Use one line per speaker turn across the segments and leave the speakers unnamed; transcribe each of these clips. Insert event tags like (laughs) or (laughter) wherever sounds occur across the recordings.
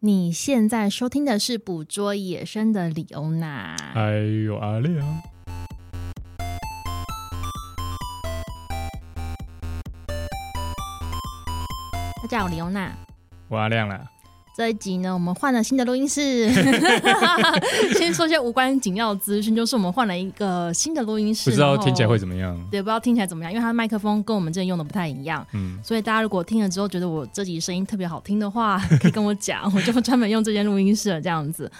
你现在收听的是《捕捉野生的李欧娜》。
哎呦阿亮，
大家好，我李欧娜。
我阿亮啦，
这一集呢，我们换了新的录音
(laughs)
室。先说些无关紧要的资讯，就是我们换了一个新的录音室，
不知道听起来会
么
怎么样？
对，不知道听起来怎么样，因为它的麦克风跟我们之前用的不太一样。
嗯，
所以大家如果听了之后觉得我这集声音特别好听的话， (laughs) 可以跟我讲，我就专门用这间录音室了这样子。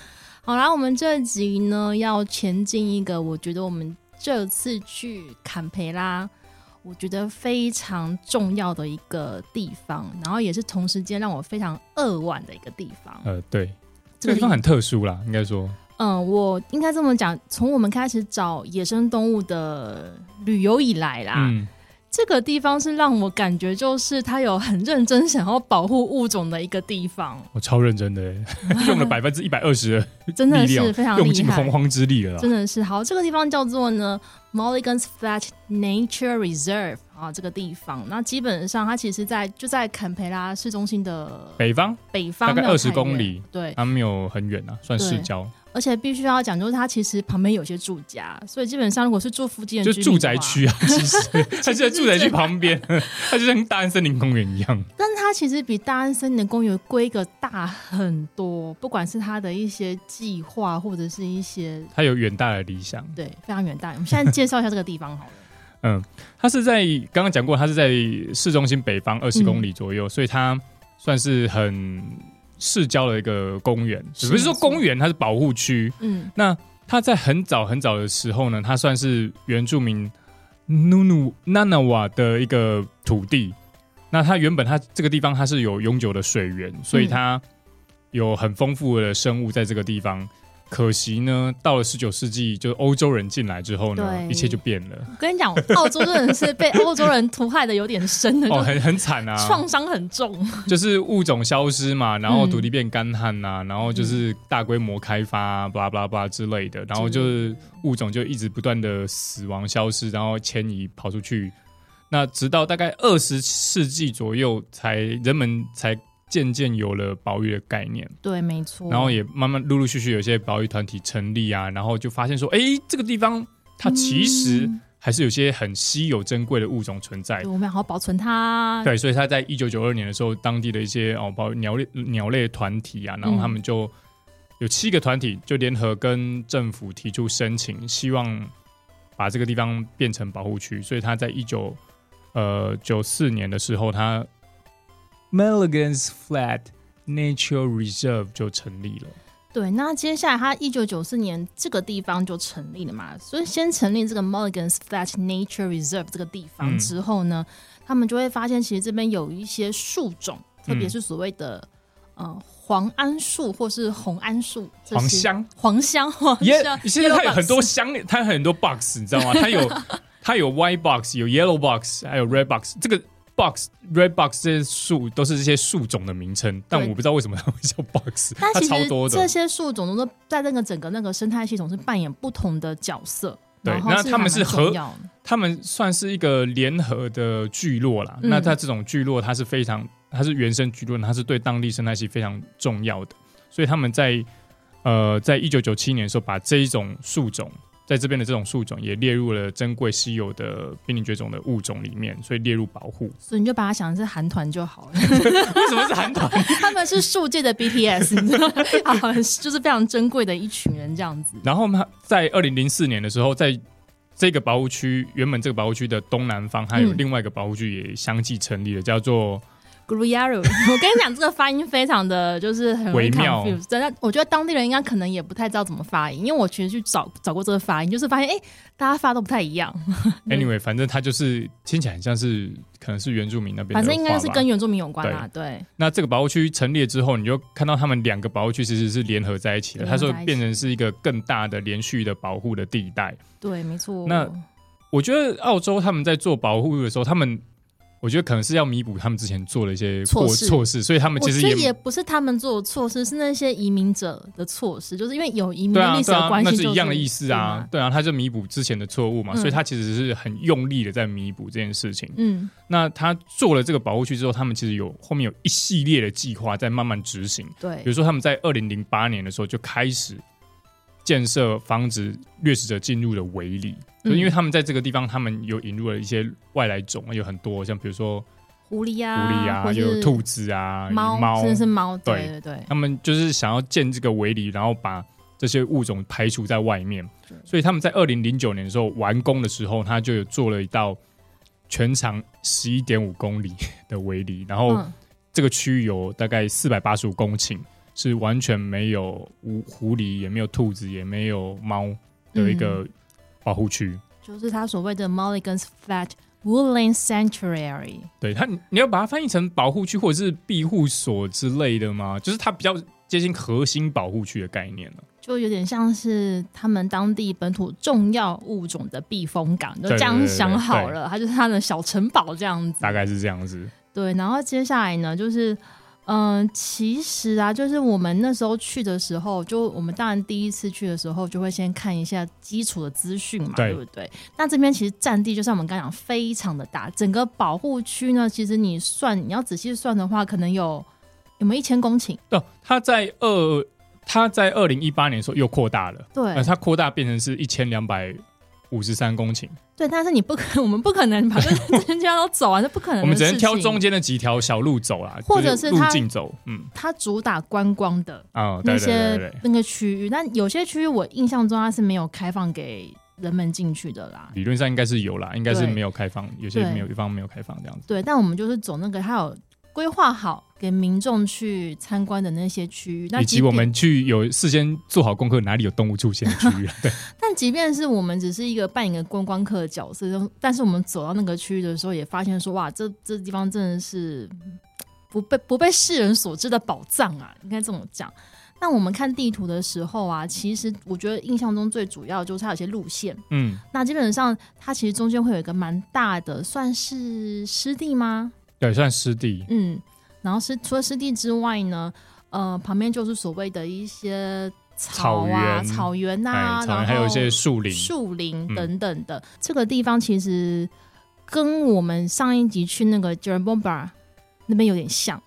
好啦，我们这集呢要前进一个，我觉得我们这次去坎培拉，我觉得非常重要的一个地方，然后也是同时间让我非常扼腕的一个地方。
呃，对，
这
这
个
个地方
地
很特殊啦，应该说，
嗯，我应该这么讲，从我们开始找野生动物的旅游以来啦，
嗯，
这个地方是让我感觉就是他有很认真想要保护物种的一个地方，
我超认真
(laughs)
的欸，用了百分之一百二十
真的
力
是
量
非常
用
厉
尽
害
洪，荒之力了啦
真。的是好。这个地方叫做呢 Mulligan's Flat Nature Reserve 啊，这个地方。那基本上它其实在就在坎培拉市中心的
北方
北方，
大概
没有
二十
太
公
远。
里，
对，
它没有很远啊，算市
对
郊，
而且必须要讲，就是它其实旁边有些住家，所以基本上如果是住附近
就
的
是
居
住
民的
宅
话
区啊。其实 (laughs) 它就在住宅
这
区
(laughs)
旁边，它就像大安森林公园一样。
但是它其实比大安森林公园规格大很多，不管是它的一些计划或者是一些
它有远大的理想。
对非常远大。我们现在介绍一下这个地方
(laughs)
好了。
嗯，它是在刚刚讲过，它是在市中心北方二
嗯
十公里左右，所以它算是很市郊的一个公园，
是
只不是说
没错
公园，它是保护区。
嗯，
那它在很早很早的时候呢，它算是原住民努努纳纳瓦的一个土地。那它原本它这个地方它是有永久的水源，所以
嗯
它有很丰富的生物在这个地方。可惜呢，到了十九世纪，就是欧洲人进来之后呢，
对
一切就变
(laughs)
了。
我跟你讲，澳洲真的是被欧洲人屠害的有点深了，
哦，
就
很很惨啊，
创伤很重。
就是物种消失嘛，然后
嗯
土地变干旱呐、然后就是大规模开发、啊，巴拉巴拉巴拉之类的，然后就是物种就一直不断的死亡消失，然后迁移跑出去。那直到大概二十世纪左右，才人们才渐渐有了保育的概念，
对，没错。
然后也慢慢陆陆续续有一些保育团体成立啊，然后就发现说，哎，这个地方它其实
嗯
还是有些很稀有珍贵的物种存在
对我们要好好保存它。
对，所以他在一九九二年的时候，当地的一些哦，包括鸟类鸟类团体啊，然后他们就、有七个团体就联合跟政府提出申请，希望把这个地方变成保护区。所以他在一九呃九四年的时候，他 Milligan's Flat Nature Reserve 就成立了。
对，那接下来它一九九四年这个地方就成立了嘛，所以先成立这个 Mulligan's Flat Nature Reserve 这个地方
嗯
之后呢，他们就会发现其实这边有一些树种，特别
嗯
是所谓的、呃黄桉树或是红桉树，这
黄
些
香
黄香黄
耶
香，
现在它有
Yellow
很多
box
箱，它有很多 box，你知道吗？
(laughs)
它有它有 white box，有 yellow box，还有 red box。这个 box、red box 这些树都是这些树种的名称，但
对
我不知道为什么它会叫 box，
但
它
其
超
实
多
这
的。
些树种都在那个整个那个生态系统是扮演不同的角色。
对
然后
那他
还
们
蛮
是
重
合
要的
他们算是一个联合的聚落啦。
嗯
那它这种聚落，它是非常，它是原生聚落，它是对当地生态系非常重要的。所以他们在呃，在一九九七年的时候，把这一种树种，在这边的这种树种也列入了珍贵稀有的濒临绝种的物种里面，所以列入保护。
所以你就把它想成是韩团就好了。
为什么是韩团？
他们是树界的 (laughs) BTS，你知道吗啊，就是非常珍贵的一群人这样子。
(laughs) 然后他在二零零四年的时候，在这个保护区原本这个保护区的东南方，还有
嗯
另外一个保护区也相继成立了，叫做
g r u y a r u 我跟你讲，这个发音非常的就是很容易
微妙
confuse。真的，我觉得当地人应该可能也不太知道怎么发音，因为我其实去找找过这个发音，就是发现哎、诶大家发都不太一样。嗯
Anyway，反正它就是听起来很像是可能是原住民那边的话吧，
反正应该是跟原住民有关啦，对，
那这个保护区成立了之后，你就看到他们两个保护区其实是联合在一起的，
联
它
合在一
说
起
变成是一个更大的连续的保护的地带。
对，没错。
那我觉得澳洲他们在做保护的时候，他们我觉得可能是要弥补他们之前做的一些
错
过
事
错事，所以他们
我
其
觉
实
得
也
也不是他们做的错事，是那些移民者的错事，就是因为有移民
对啊
历史
对
的
啊，
关系、
那
就是
一样的意
对
思啊
吗，
对啊，他就弥补之前的错误嘛，
嗯
所以他其实是很用力的在弥补这件事情。
嗯
那他做了这个保护区之后，他们其实有后面有一系列的计划在慢慢执行，比
对
如说他们在二零零八年的时候就开始建设防止掠食者进入的围篱，就
嗯
因为他们在这个地方，他们有引入了一些外来种，有很多像比如说
狐狸
狐
啊，
狸啊，
或是
有兔子啊，有
猫，
猫
真，的是猫，
对
对对对，
他们就是想要建这个围篱，然后把这些物种排除在外面
对。
所以他们在二零零九年的时候完工的时候，他就有做了一道全长十一点五公里的围篱，然后
嗯
这个区域有大概四百八十五公顷是完全没有狐狐狸，也没有兔子，也没有猫的一个
嗯
保护区。
就是他所谓的 Mulligan's Flat Woodland Sanctuary，
对它，你你要把它翻译成保护区或者是庇护所之类的吗？就是它比较接近核心保护区的概念了。
就有点像是他们当地本土重要物种的避风港，就
对
这样
对对
想好
对
了，它就是它的小城堡这样子。
大概是这样子。
对，然后接下来呢，就是嗯、呃其实啊，就是我们那时候去的时候，就我们当然第一次去的时候，就会先看一下基础的资讯嘛，
对
对不对？那这边其实占地就像我们刚讲，非常的大，整个保护区呢，其实你算你要仔细算的话，可能有有没有一千公顷？
哦，它在二，它在二零一八年的时候又扩大了，
对、
呃，它扩大变成是一千两百五十三公顷，
对，但是你不可，我 (laughs) 们不可能把这 (laughs) 这些地方都走完，这不可能。
我们只能挑中。间的几条小路走啦，
或者是
就路
它
径走，嗯，
它主打观光的，
啊、哦，
那
对对对
些
对对，
那个区域，但有些区域我印象中它是没有开放给人们进去的啦。
理论上应该是有啦，应该是
对
没有开放，有些
对
没有地方没有开放这样子，
对，但我们就是走那个它有规划好给民众去参观的那些区域。那
以
即 (laughs)
及我
便
们去有事先做好功课，哪里有动物出现的区
(laughs)
域啊，对，
但即便是我们只是一个扮演一个观光客的角色，但是我们走到那个区域的时候，也发现说，哇，这这地方真的是嗯不被不被世人所知的宝藏啊，应该这么讲。那我们看地图的时候啊，其实我觉得印象中最主要就是它有些路线，
嗯，
那基本上它其实中间会有一个蛮大的，算是湿地吗？
对，算湿地，
嗯，然后是除了湿地之外呢，呃，旁边就是所谓的一些草啊、
草原
草原
哎、
啊，
草
然后
原还有一些树林，
树林
嗯
等等的。这个地方其实跟我们上一集去那个 j e r e b o m b a 那边有点像。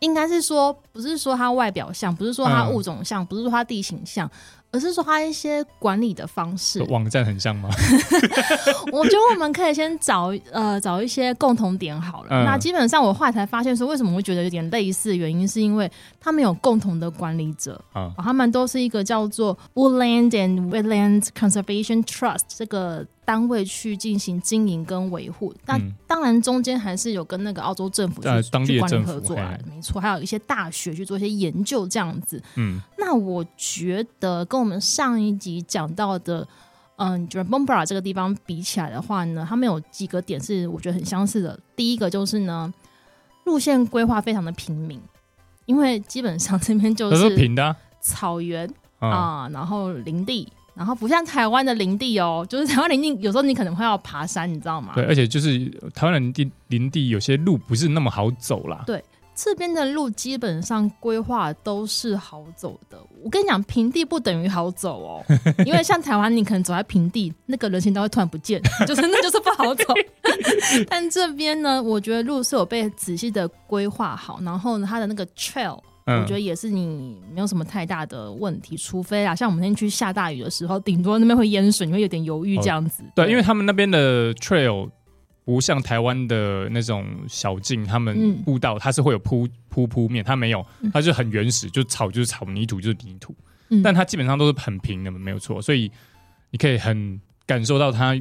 应该是说，不是说它外表像，不是说它
嗯
物种像，不是说它地形像，而是说它一些管理的方式。
网站很像吗？ (laughs)
(laughs) 我觉得我们可以先找呃找一些共同点好了。
嗯
那基本上我后来才发现说，为什么会觉得有点类似，原因是因为他们有共同的管理者，
啊、
哦他们都是一个叫做 Woodland and Wetland Conservation Trust 这个单位去进行经营跟维护。那、
嗯
当然中间还是有跟那个澳洲政府去、
呃当地
去
的
管理
政府
合作啊
嘿，
没错，还有一些大学去做一些研究这样子。
嗯，
那我觉得跟我们上一集讲到的，嗯 d r a b o m b r a 这个地方比起来的话呢，他们有几个点是我觉得很相似的。第一个就是呢，路线规划非常的平民，因为基本上这边就
它是
是
平的啊，
草原
啊
啊、然后林地。然后不像台湾的林地哦，就是台湾林地有时候你可能会要爬山，你知道吗？
对，而且就是呃台湾的林地林地有些路不是那么好走啦，
这边的路基本上规划都是好走的。我跟你讲，平地不等于好走哦， (laughs) 因为像台湾，你可能走在平地，那个人行道会突然不见，就是那就是不好走。 (laughs) 但这边呢，我觉得路是有被仔细的规划好，然后呢，它的那个 trail。
嗯
我觉得也是你没有什么太大的问题，除非啊，像我们那天去下大雨的时候，顶多那边会淹水，你会有点犹豫
哦
这样子。
对，因为他们那边的 trail 不像台湾的那种小径，他们
嗯
步道它是会有铺铺铺面，它没有，它就很原始，就草就是草，泥土就是泥土，
嗯
但它基本上都是很平的，没有错，所以你可以很感受到它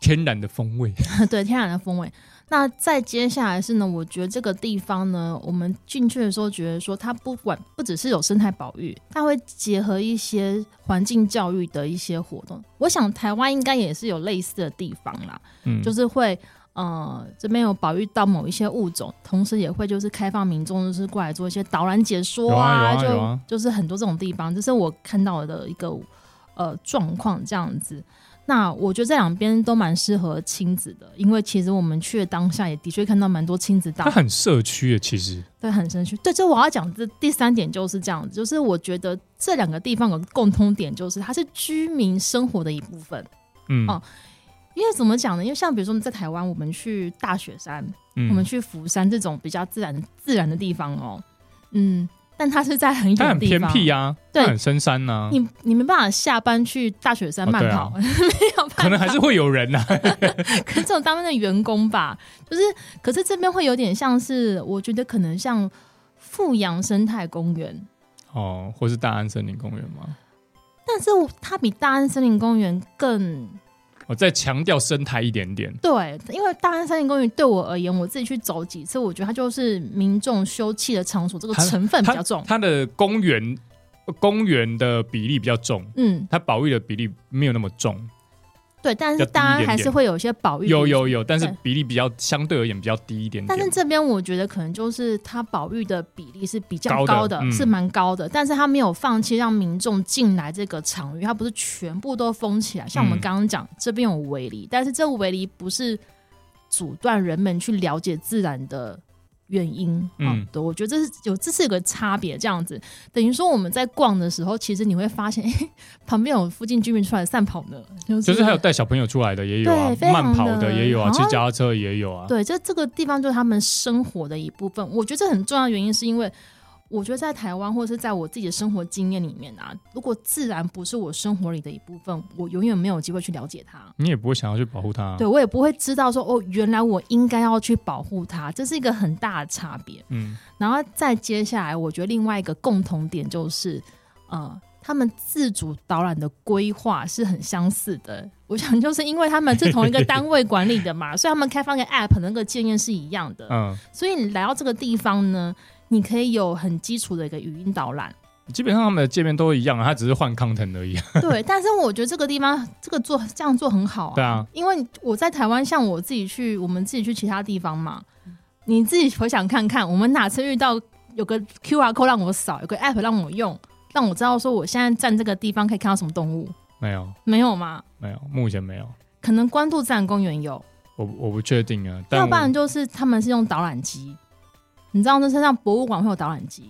天然的风味。
(laughs) 对天然的风味。那再接下来是呢，我觉得这个地方呢，我们进去的时候觉得说，它不管不只是有生态保育，它会结合一些环境教育的一些活动。我想台湾应该也是有类似的地方啦，
嗯，
就是会呃这边有保育到某一些物种，同时也会就是开放民众就是过来做一些导览解说
有啊有啊有啊
就就是很多这种地方，这是我看到的一个呃状况这样子。那我觉得这两边都蛮适合亲子的，因为其实我们去的当下也的确看到蛮多亲子大
(laughs) 它很社区耶，其实
对，很生气。对，这我要讲这第三点就是这样子，就是我觉得这两个地方有个共通点，就是它是居民生活的一部分。
嗯
哦因为怎么讲呢？因为像比如说我们在台湾，我们去大雪山，
嗯，
我们去釜山这种比较自然自然的地方哦，嗯，但它是在很远
它
的
很
地
偏
方，
僻啊，
对
它很深山啊呐、
你你没办法下班去大雪山
哦
慢
对啊
跑， (laughs) 没有办法，
可能还是会有人啊呐、
可能这种当面的员工吧，就是，可是这边会有点像是，我觉得可能像富阳生态公园，
哦，或是大安森林公园嘛。
但是我它比大安森林公园更
我哦再强调生态一点点，
对，因为大安森林公园对我而言，我自己去走几次，我觉得它就是民众休憩的场所，这个
它
成分比
它
较重。
它的公园公园的比例比较重，
嗯，
它保育的比例没有那么重，
对，但
要
是
低一
大安
点
还
点
是会有一些保育，
有有。有，但是
对
比例比较相对而言比较低一点
但是
点。
这边我觉得可能就是它保育的比例是比较
高
高
的
的，
嗯
是蛮高的，但是它没有放弃让民众进来这个场域，它不是全部都封起来。像我们
嗯
刚刚讲，这边有围篱，但是这围篱不是阻断人们去了解自然的。原因，
嗯
嗯，对，我觉得这是有这是有个差别，这样子等于说我们在逛的时候，其实你会发现，哎、 (laughs) 旁边有附近居民出来散跑呢，就是、
就是还有带小朋友出来的也有啊
对，非常
慢跑的
的
也有啊，
好
骑
像
脚踏车也有啊。
对，这这个地方就是他们生活的一部分。我觉得这很重要的原因是因为，我觉得在台湾或者是在我自己的生活经验里面啊，如果自然不是我生活里的一部分，我永远没有机会去了解它。
你也不会想要去保护它、啊
对，我也不会知道说哦，原来我应该要去保护它，这是一个很大的差别。
嗯，
然后再接下来，我觉得另外一个共同点就是，呃，他们自主导览的规划是很相似的。我想就是因为他们是同一个单位管理的嘛，所以他们开放个 app 那个界面是一样的。
嗯，
所以你来到这个地方呢，你可以有很基础的一个语音导览。
基本上他们的界面都一样啊，它只是换 content 而已。啊
对，但是我觉得这个地方这个做这样做很好啊。
对啊，
因为我在台湾，像我自己去，我们自己去其他地方嘛，你自己回想看看，我们哪次遇到有个 QR code 让我扫，有个 app 让我用，让我知道说我现在站这个地方可以看到什么动物？
没有，
没有吗？
没有，目前没有，
可能关渡自然公园有，
我我不确定啊。但
要
我
不然就是他们是用导览机，你知道那身上博物馆会有导览机，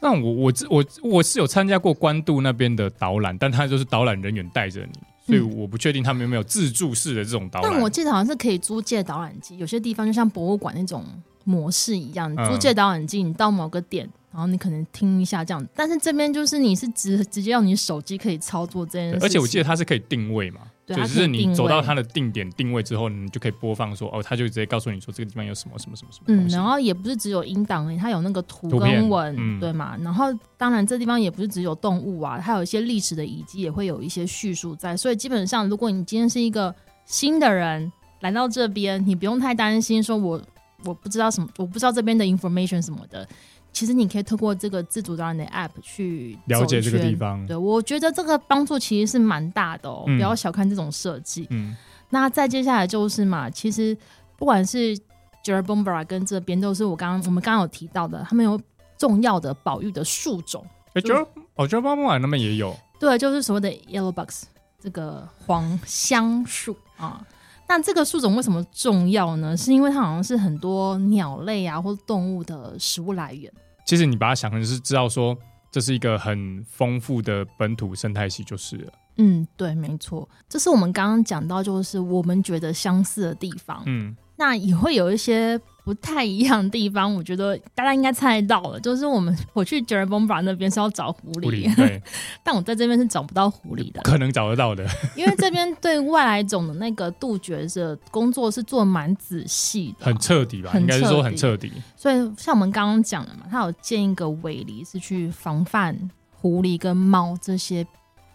那我我知我我是有参加过关渡那边的导览，但他就是导览人员带着你，所以我不确定他们有没有自助式的这种导览。
嗯但我记得好像是可以租借导览机，有些地方就像博物馆那种模式一样，你
嗯
租借导览机，你到某个点，然后你可能听一下这样。但是这边就是你是直直接用你手机可以操作这件事
对
情，
而且我记得它是可以定位嘛，
对
就
它
是
可以定
你
位
走到它的定点定位之后，你就可以播放说哦，它就直接告诉你说这个地方有什么什么什么什么
嗯，
东西。
然后也不是只有音档而已，它有那个图
图片
跟文，
嗯
对嘛？然后当然这地方也不是只有动物啊，它有一些历史的遗迹也会有一些叙述在，所以基本上如果你今天是一个新的人来到这边，你不用太担心说我我不知道什么，我不知道这边的 information 什么的。其实你可以透过这个自主导览的 app 去
了解这个
走一
地
圈。
方，
对，我觉得这个帮助其实是蛮大的哦，
嗯
不要小看这种设计。
嗯，
那再接下来就是嘛，其实不管是 j e r b o m b r a 跟这边都是我刚刚我们刚刚有提到的，他们有重要的保育的树种，
哎，觉
就
得哦，觉得巴莫兰那边也有，
对，就是所谓的 yellow box 这个黄香树啊。那这个树种为什么重要呢？是因为它好像是很多鸟类啊或动物的食物来源。
其实你把它想成是知道说这是一个很丰富的本土生态系就是了。
嗯，对，没错，这是我们刚刚讲到，就是我们觉得相似的地方。
嗯，
那也会有一些不太一样的地方，我觉得大家应该猜到了，就是我们我去 j e r b o m b r a 那边是要找狐狸，
狐狸对，
(laughs) 但我在这边是找不到狐狸的
(laughs) 不，可能找得到的。
因为这边对外来种的那个杜绝的工作是做得蛮仔细的，
很彻底
(laughs)
吧，
很
应该是说
彻
很
底
彻底。
所以像我们刚刚讲的嘛，它有建一个围篱是去防范狐狸跟猫这些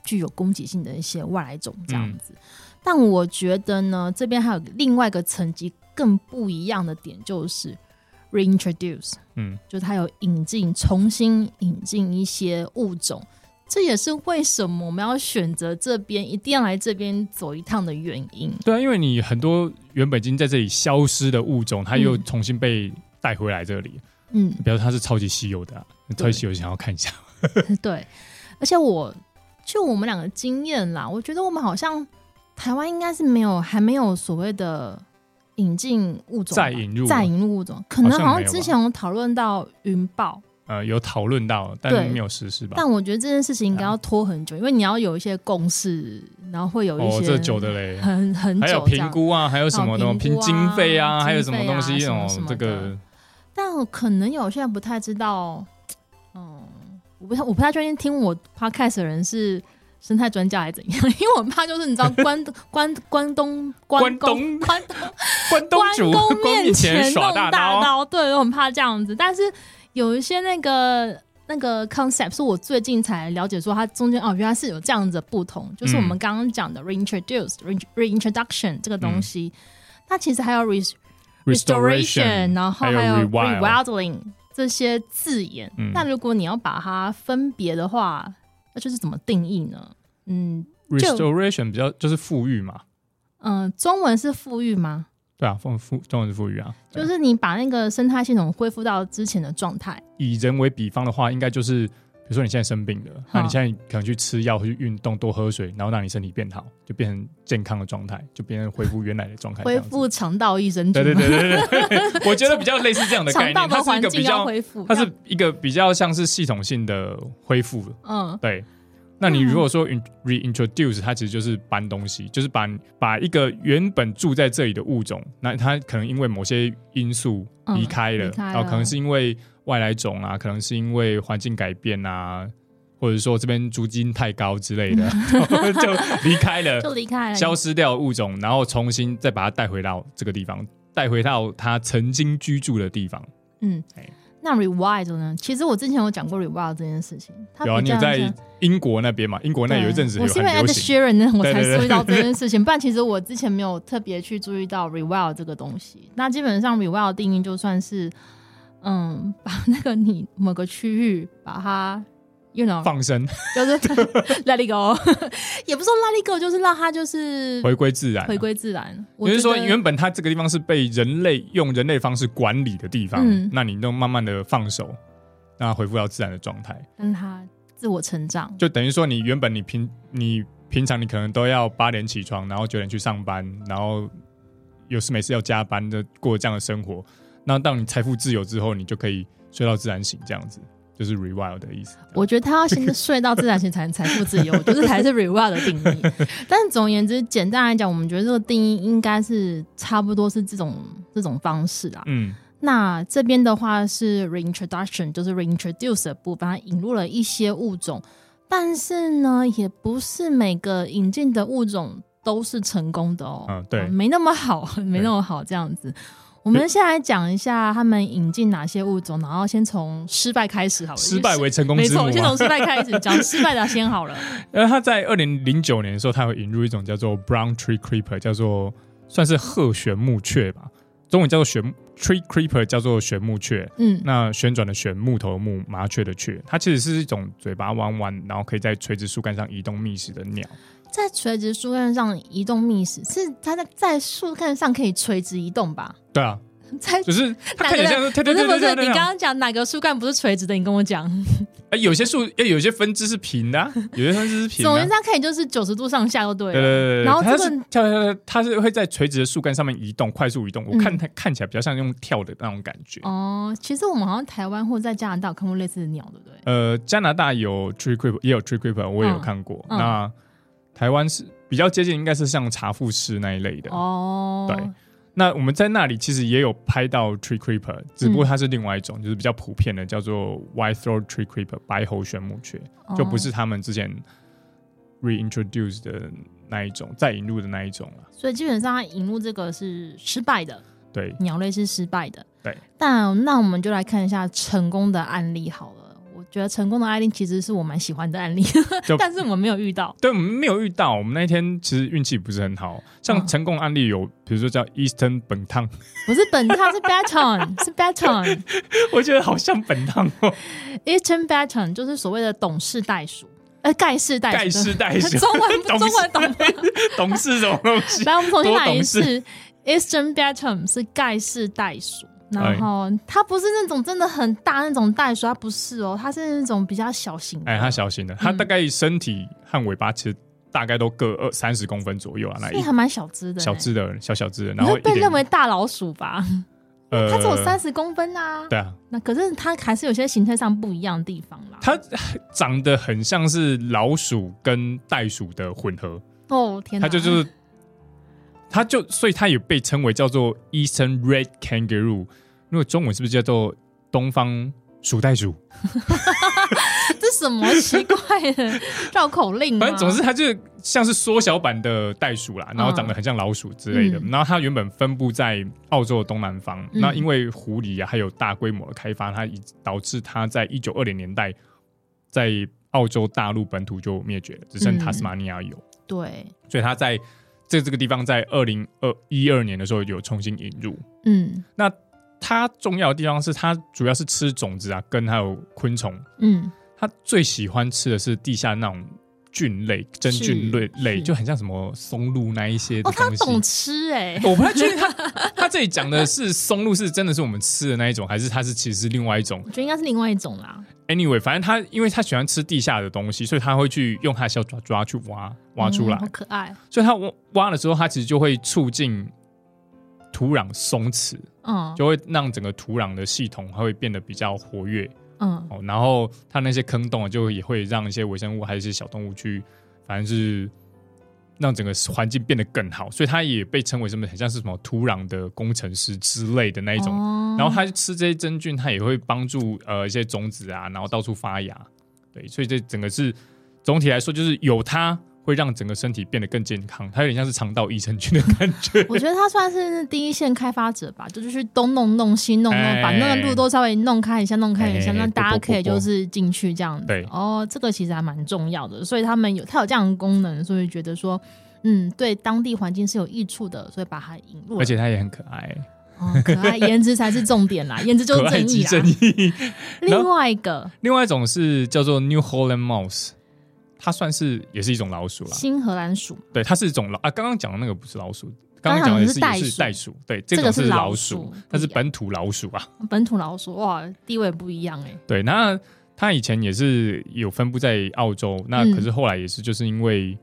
具有攻击性的一些外来种这样子。但我觉得呢，这边还有另外一个层级更不一样的点，就是 reintroduce，
嗯，
就是它有引进、重新引进一些物种。这也是为什么我们要选择这边，一定要来这边走一趟的原因。
对啊，因为你很多原本已经在这里消失的物种，它又
嗯
重新被带回来这里，
嗯，
比如它是超级稀有的、啊，超级稀有想要看一下。
对，而且我就我们两个经验啦，我觉得我们好像台湾应该是没有，还没有所谓的引进物种吧，
再引入
再引入物种，可能
好像
好
没
像
有
之
吧
前有讨论到云豹，
呃，有讨论到，
对
但没有实施吧？
但我觉得这件事情应该
对啊
要拖很久，因为你要有一些共识，然后会有一
哦，
些
这久的嘞，
很很久
还有
这样
评。估啊，还有什么的
哦评
评
估啊
经费
经费啊
还有什么东西
什么
哦
什么，
这
的
个
但我可能有些人不太知道，嗯，我不太我不太确定听我 podcast 的人是生态专家还是怎样，因为我怕就是
(laughs)
你知道关关关东关公
关东
关东
(laughs) 关东
关
煮 (laughs)
公
光
面
面前
前
耍
弄
大
大
刀，
刀，对，我很怕这样子。但是有一些那个那个 concept 是我最近才了解，说它中间哦，原来是有这样子的不同，就是我们
嗯
刚刚讲的 reintroduce、reintroduction 这个东西，
嗯
它其实还有 re restoration，然后
还有
还有
rewild
rewilding 这些字眼。
嗯
那如果你要把它分别的话，那就是怎么定义呢？嗯
restoration 比较就是富裕嘛，
嗯、呃中文是富裕吗？
对啊，富富中文是富裕啊，对
就
啊
是你把那个生态系统恢复到之前的状态。
以人为比方的话，应该就是。比如说你现在生病了，那你现在可能去吃药、去运动、多喝水，然后让你身体变好，就变成健康的状态，就变成恢复原来的状态。
恢复肠道益生菌，
哎对对对对对，我觉得比较类似这样的概
肠道
念，
的
它是一
环
个
境
比
要
较，
恢复，
它是一个比较像是系统性的恢复。
嗯
对，那你如果说 in- reintroduce，它其实就是搬东西，就是把把一个原本住在这里的物种，那它可能因为某些因素
嗯
离开了，
离开了
然后可能是因为外来种啊，可能是因为环境改变啊。或者说这边租金太高之类
(laughs)
的，就离开了，
就离开了，
消失掉的物种，然后重新再把它带回到这个地方，带回到它曾经居住的地方。
嗯
哎。
那 rewild 呢？其实我之前有讲过 rewild 这件事情，它
有啊，
比
你
较
有在
像
英国那边嘛？英国那有一阵子
对
有
我是因
很
为 Ed
流行。
Sheeran
(laughs)
呢，我才
对对对
注意到这件事情，不然其实我之前没有特别去注意到 rewild 这个东西。那基本上 rewild 的定义就算是，嗯，把那个你某个区域把它，you know，
放生，
就是 let it go，也不 (laughs) 是说 let it go，就是让它就是
回归自然、啊
回。归自然。我
也就是说，
觉得
原本它这个地方是被人类用人类方式管理的地方，
嗯
那你都慢慢的放手，那恢复到自然的状态，
让他自我成长，
就等于说你原本你平你平常你可能都要八点起床，然后九点去上班，然后有事没事要加班的过这样的生活。那到你财富自由之后，你就可以睡到自然醒，这样子就是 rewild 的意思。
我觉得他要先睡到自然醒才能财富
(laughs)
自由，我觉得这才是 reward 的定义。但总而言之，简单来讲，我们觉得这个定义应该是差不多是这种这种方式啊。
嗯，
那这边的话是 reintroduction，就是 reintroduce 的部分，它引入了一些物种，但是呢，也不是每个引进的物种都是成功的哦。
嗯对
啊没那么好，没那么好这样子。我们先来讲一下他们引进哪些物种，然后先从失败开始好了。
失败为成功
没
之母、
错，先
啊
从。失败开
(laughs)
始讲失败的先好了。
然后呃他在二零零九年的时候，他有引入一种叫做 brown tree creeper，叫做算是鹤旋木雀吧，中文叫做旋 tree creeper，叫做旋木雀。
嗯
那旋转的旋，木头的木，麻雀的雀，它其实是一种嘴巴弯弯，然后可以在垂直树干上移动觅食的鸟。
在垂直树干上移动觅食，是它在在树干上可以垂直移动吧？
对啊，
在
就是它看起来像是，
不
对对
是
对
不
对对
是，
对
你刚
对。
刚讲哪个树干不是垂直的？你跟我讲。
哎，有些树，哎，有些分支是平的啊，有些分支是平的
总而
啊
言。之，它可以就是九十度上下就对
对对
了。
对对，
然后
它
这个
是跳跳跳，它是会在垂直的树干上面移动，快速移动。我看它看起来比较像用跳的那种感觉。
哦，其实我们好像台湾或在加拿大有看过类似的鸟，对不对？
呃，加拿大有 tree creeper，也有 tree creeper，我也有
嗯
看过。
嗯
那台湾是比较接近，应该是像茶富士那一类的。
哦，
啊对那我们在那里其实也有拍到 tree creeper，只不过它是另外一种，就是比较普遍的，叫做 white throat tree creeper 白喉旋木雀，
哦
就不。是他们之前 reintroduce 的那一种，再引入的那一种啊了。
哦所以基本上它引入这个是失败的，
对，
鸟类是失败的。
对。
但那我们就来看一下成功的案例好了。我觉得成功的案例其实是我蛮喜欢的案例 (laughs)
就，
但是我们没有遇到。
对我们没有遇到，我们那一天其实运气不是很好。像
嗯
成功案例有，比如说叫 Eastern 本烫，
不是本烫，是 Baton，是 Baton，Eastern
(laughs) 我觉得好像本烫哦，
Baton 就是所谓的董事袋鼠，呃，盖世袋鼠，
(laughs) 盖世袋鼠
中文
(laughs) 董
中文
事
懂吗？
懂事什么东 (laughs) 西？
来，我们重新
多
来
懂
一
事
次。Eastern Baton 是盖世袋鼠，
哎
然后它不是那种真的很大那种袋鼠，它
哎
不是哦，它是那种比较小型的。
哎，它小型的，它大概身体和尾巴其实大概都各二三十公分左右啊，那
所以
一
还蛮小只的呢，
小只的小小只的，然
欸你
后
会
一
被
点
认为大老鼠吧？
呃，
它只有三十公分啊，
对啊，
那可是它还是有些形态上不一样的地方啦。
它长得很像是老鼠跟袋鼠的混合，
哦天哪，
它就就是，它就所以它也被称为叫做 Eastern Red Kangaroo，如果中文是不是叫做东方鼠袋鼠？
这什么奇怪
(laughs)
的绕口令啊？
反正总之，它就是像是缩小版的袋鼠啦，然后长得很像老鼠之类的。
嗯
然后它原本分布在澳洲的东南方，
嗯
那因为狐狸啊还有大规模的开发，它以导致它在一九二零年代在澳洲大陆本土就灭绝了，只剩
嗯
塔斯马尼亚有，
对，
所以它在这这个地方在二零二一二年的时候有重新引入。
嗯
它重要的地方是它主要是吃种子啊，根还有昆虫，
嗯，
他最喜欢吃的是地下那种菌类、真菌类
是
类，
是
就很像什么松露那一些的
哦，它
东西。
懂吃哎，
我不太确定他 (laughs) 他这里讲的是松露是真的是我们吃的那一种，还是它是其实是另外一种
我觉得应该是另外一种啦。
？Anyway，反正他因为他喜欢吃地下的东西，所以他会去用他的小爪爪去挖挖出来。
嗯好可爱，
所以他挖挖了之后，他其实就会促进土壤松弛，
嗯
就会让整个土壤的系统它会变得比较活跃。
嗯
哦，然后它那些坑洞啊就也会让一些微生物还有一些小动物去，反正是让整个环境变得更好，所以它也被称为什么很像是什么土壤的工程师之类的那一种。
哦
然后它吃这些真菌，它也会帮助呃一些种子啊，然后到处发芽。对，所以这整个是总体来说就是有它。会让整个身体变得更健康，它有点像是肠道益生菌的感 (laughs) 觉。
我觉得他算是第一线开发者吧，就是去东弄弄西弄弄，
哎
把那个路都稍微弄开一下，弄开一下，
哎
那大家可以
不不不
就是进去这样子。
对
哦，这个其实还蛮重要的，所以他们有它有这样的功能，所以觉得说，嗯，对当地环境是有益处的，所以把它引入了。
而且它也很可爱，
哦，可爱颜值才是重点啦，颜
(laughs)
值就
可
是
爱
正
即
义
正
啦。
义。然
另
后
外一个
另外一种是叫做 New Holland mouse，它算是也是一种老鼠啦。
新荷兰鼠，
对，它是一种老啊，刚刚讲的那个不是老鼠，
刚
刚刚讲
讲的
的
是
是
袋
也是
鼠
袋鼠，对，
这
种
个
是
是
老
老
鼠
鼠，
它是
不一样
本土老鼠啊。
本土老鼠，哇，地位不一样哎、
对，那它以前也是有分布在澳洲，那
嗯
可是后来也是就是因为、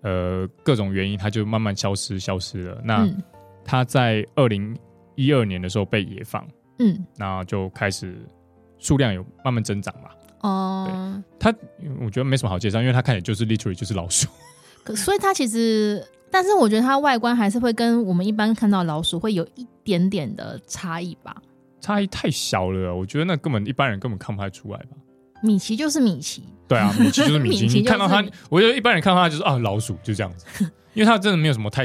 呃各种原因，它就慢慢消失消失了。那
嗯
它在二零一二年的时候被野放，
嗯
那就开始数量有慢慢增长嘛。
哦、
它我觉得没什么好介绍，因为它看起来就是 literally 就是老鼠。
可所以它其实，但是我觉得它外观还是会跟我们一般看到的老鼠会有一点点的差异吧。
差异太小了，我觉得那根本一般人根本看不太出来吧。奇
米奇就是米奇，(laughs)
对啊，米奇就是米
米
奇，
奇就是
你看到它
米，
我觉得一般人看到它就是啊老鼠就这样子，因为它真的没有什么太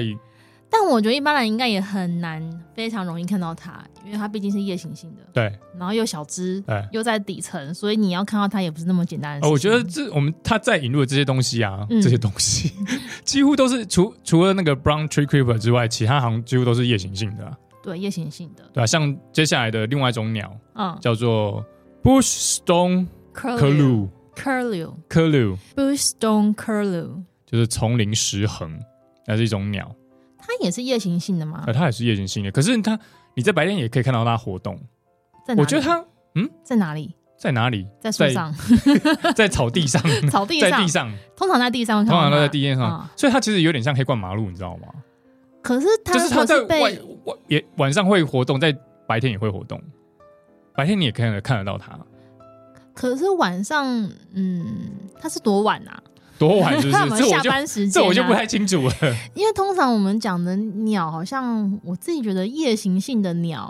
但我觉得一般人应该也很难，非常容易看到它，因为它毕竟是夜行性的，
对
然后又小只，
对。
又在底层，所以你要看到它也不是那么简单的
哎哦，
事
我
情
觉得这我们它在引入的这些东西啊，
嗯
这些东西几乎都是除除了那个 brown tree creeper 之外，其他好像几乎都是夜行性的啊、
对夜行性的，
对吧、像接下来的另外一种鸟
嗯
叫做 bush stone
Oh,
curlew
curlew
curlew，
bushstone curlew，
就是丛林石衡，那是一种鸟，
它也是夜行性的吗？
呃，它也是夜行性的，可是它你在白天也可以看到它活动。
在哪里
我觉得它
在哪里？
在哪里？ (laughs)
在树上，
在草地上，
草地
在
上
地，上，
通常在地上会
通
看到它，
常都在地面上
嗯，
所以它其实有点像黑冠麻鹭，你知道吗？
可是它
就是它在
如果
外
被
外也晚上会活动，在白天也会活动，白天你也看得看得到它。
可是晚上，嗯，它是多晚啊？
多
(laughs)
晚是不
它有
是？
没有
这我
下
就
班时间、
这
啊？
我就不太清楚了。 (laughs)
因为通常我们讲的鸟，好像我自己觉得夜行性的鸟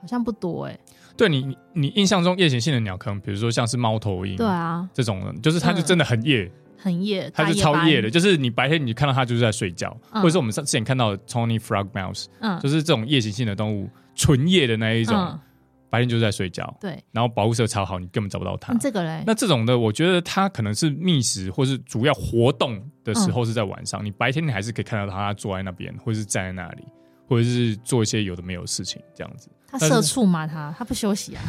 好像不多哎、
对你你你印象中夜行性的鸟，可能比如说像是猫头鹰，
对啊，
这种就是它就
嗯
真的很夜，
很夜，
它是
大
超
班
夜的，，就是你白天你看到它就是在睡觉，
嗯
或者是我们上之前看到的 Tony Frog Mouse，
嗯，
就是这种夜行性的动物，纯夜的那一种，
嗯
白天就是在睡觉，
对。
然后保护色超好，你根本找不到它
嗯那。这个嘞，
啊那这种的，我觉得它可能是觅食或是主要活动的时
嗯
候是在晚上，你白天你还是可以看到它坐在那边，或是站在那里，或者是做一些有的没有的事情
(laughs)
这样子，
它
但是
社畜嘛，它它不休息啊。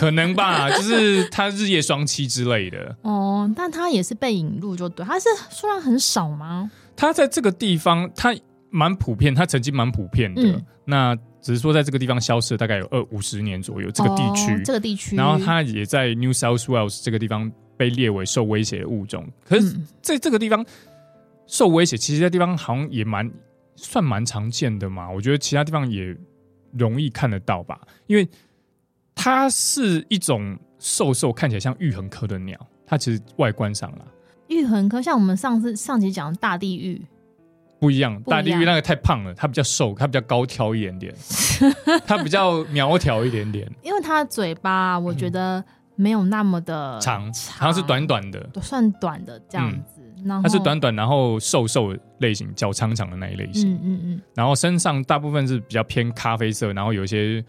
可能吧，就是它日夜双栖之类的。
哦，但它也是被引入就对，它是数量很少吗？
它在这个地方，它蛮普遍，它曾经蛮普遍的，
嗯
那只是说在这个地方消失了大概有二五十年左右，这个地区、
哦这个地区，
然后它也在 New South Wales 这个地方被列为受威胁的物种。可是
嗯
在这个地方，受威胁，其实在地方好像也蛮算蛮常见的嘛。我觉得其他地方也容易看得到吧，因为它是一种瘦瘦看起来像玉衡科的鸟，它其实外观上啦
玉衡科像我们上次上集讲的大地狱，
不一样。
不一样
大地狱那个太胖了，它比较瘦，它比较高挑一
(laughs)
点点，它比较苗条一点点，
因为它的嘴巴我觉得没有那么的
嗯长，好像是短短的，
都算短的这样子，然后
它是短短然后瘦瘦的类型，脚长长的那一类型。
嗯嗯嗯
然后身上大部分是比较偏咖啡色，然后有一些